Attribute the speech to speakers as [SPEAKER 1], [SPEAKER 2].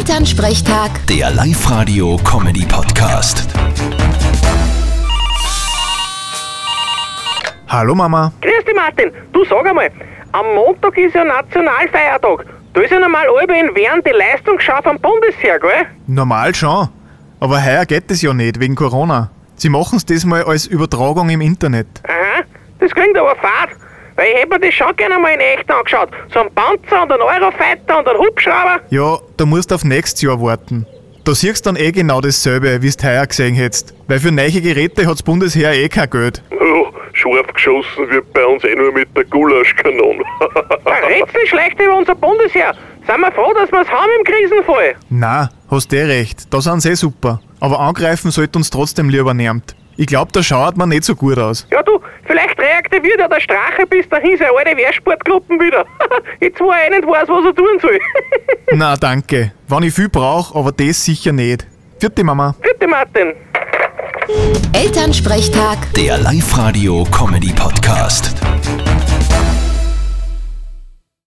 [SPEAKER 1] Elternsprechtag,
[SPEAKER 2] Der Live-Radio-Comedy-Podcast.
[SPEAKER 3] Hallo Mama.
[SPEAKER 4] Grüß dich, Martin. Du sag einmal, am Montag ist ja Nationalfeiertag. Da ist ja normal alle in Wern die Leistungsschau vom Bundesheer, gell?
[SPEAKER 3] Normal schon. Aber heuer geht es ja nicht, wegen Corona. Sie machen's diesmal als Übertragung im Internet.
[SPEAKER 4] Aha, das klingt aber fad. Weil ich hätte mir das schon gerne mal in echt angeschaut. So einen Panzer und einen Eurofighter und einen Hubschrauber.
[SPEAKER 3] Ja, da musst auf nächstes Jahr warten. Da siehst dann eh genau dasselbe, wie du heuer gesehen hättest. Weil für neue Geräte hat's Bundesheer eh kein Geld.
[SPEAKER 5] Ja, scharf geschossen wird bei uns eh nur mit der Gulaschkanone.
[SPEAKER 4] Da redst nicht schlecht über unser Bundesheer. Sind wir froh, dass wir's haben im Krisenfall.
[SPEAKER 3] Na, hast eh recht, da sind sie eh super. Aber angreifen sollte uns trotzdem lieber niemand. Ich glaub, da schaut man nicht so gut aus.
[SPEAKER 4] Ja du, vielleicht reaktiviert ja der Strache bis dahin seine alte Wehrsportgruppen wieder. Jetzt wo er einen weiß, was er tun soll.
[SPEAKER 3] Na, danke. Wann ich viel brauch, aber das sicher nicht. Vierte Mama.
[SPEAKER 4] Bitte, Martin.
[SPEAKER 1] Elternsprechtag.
[SPEAKER 2] Der Live-Radio-Comedy-Podcast.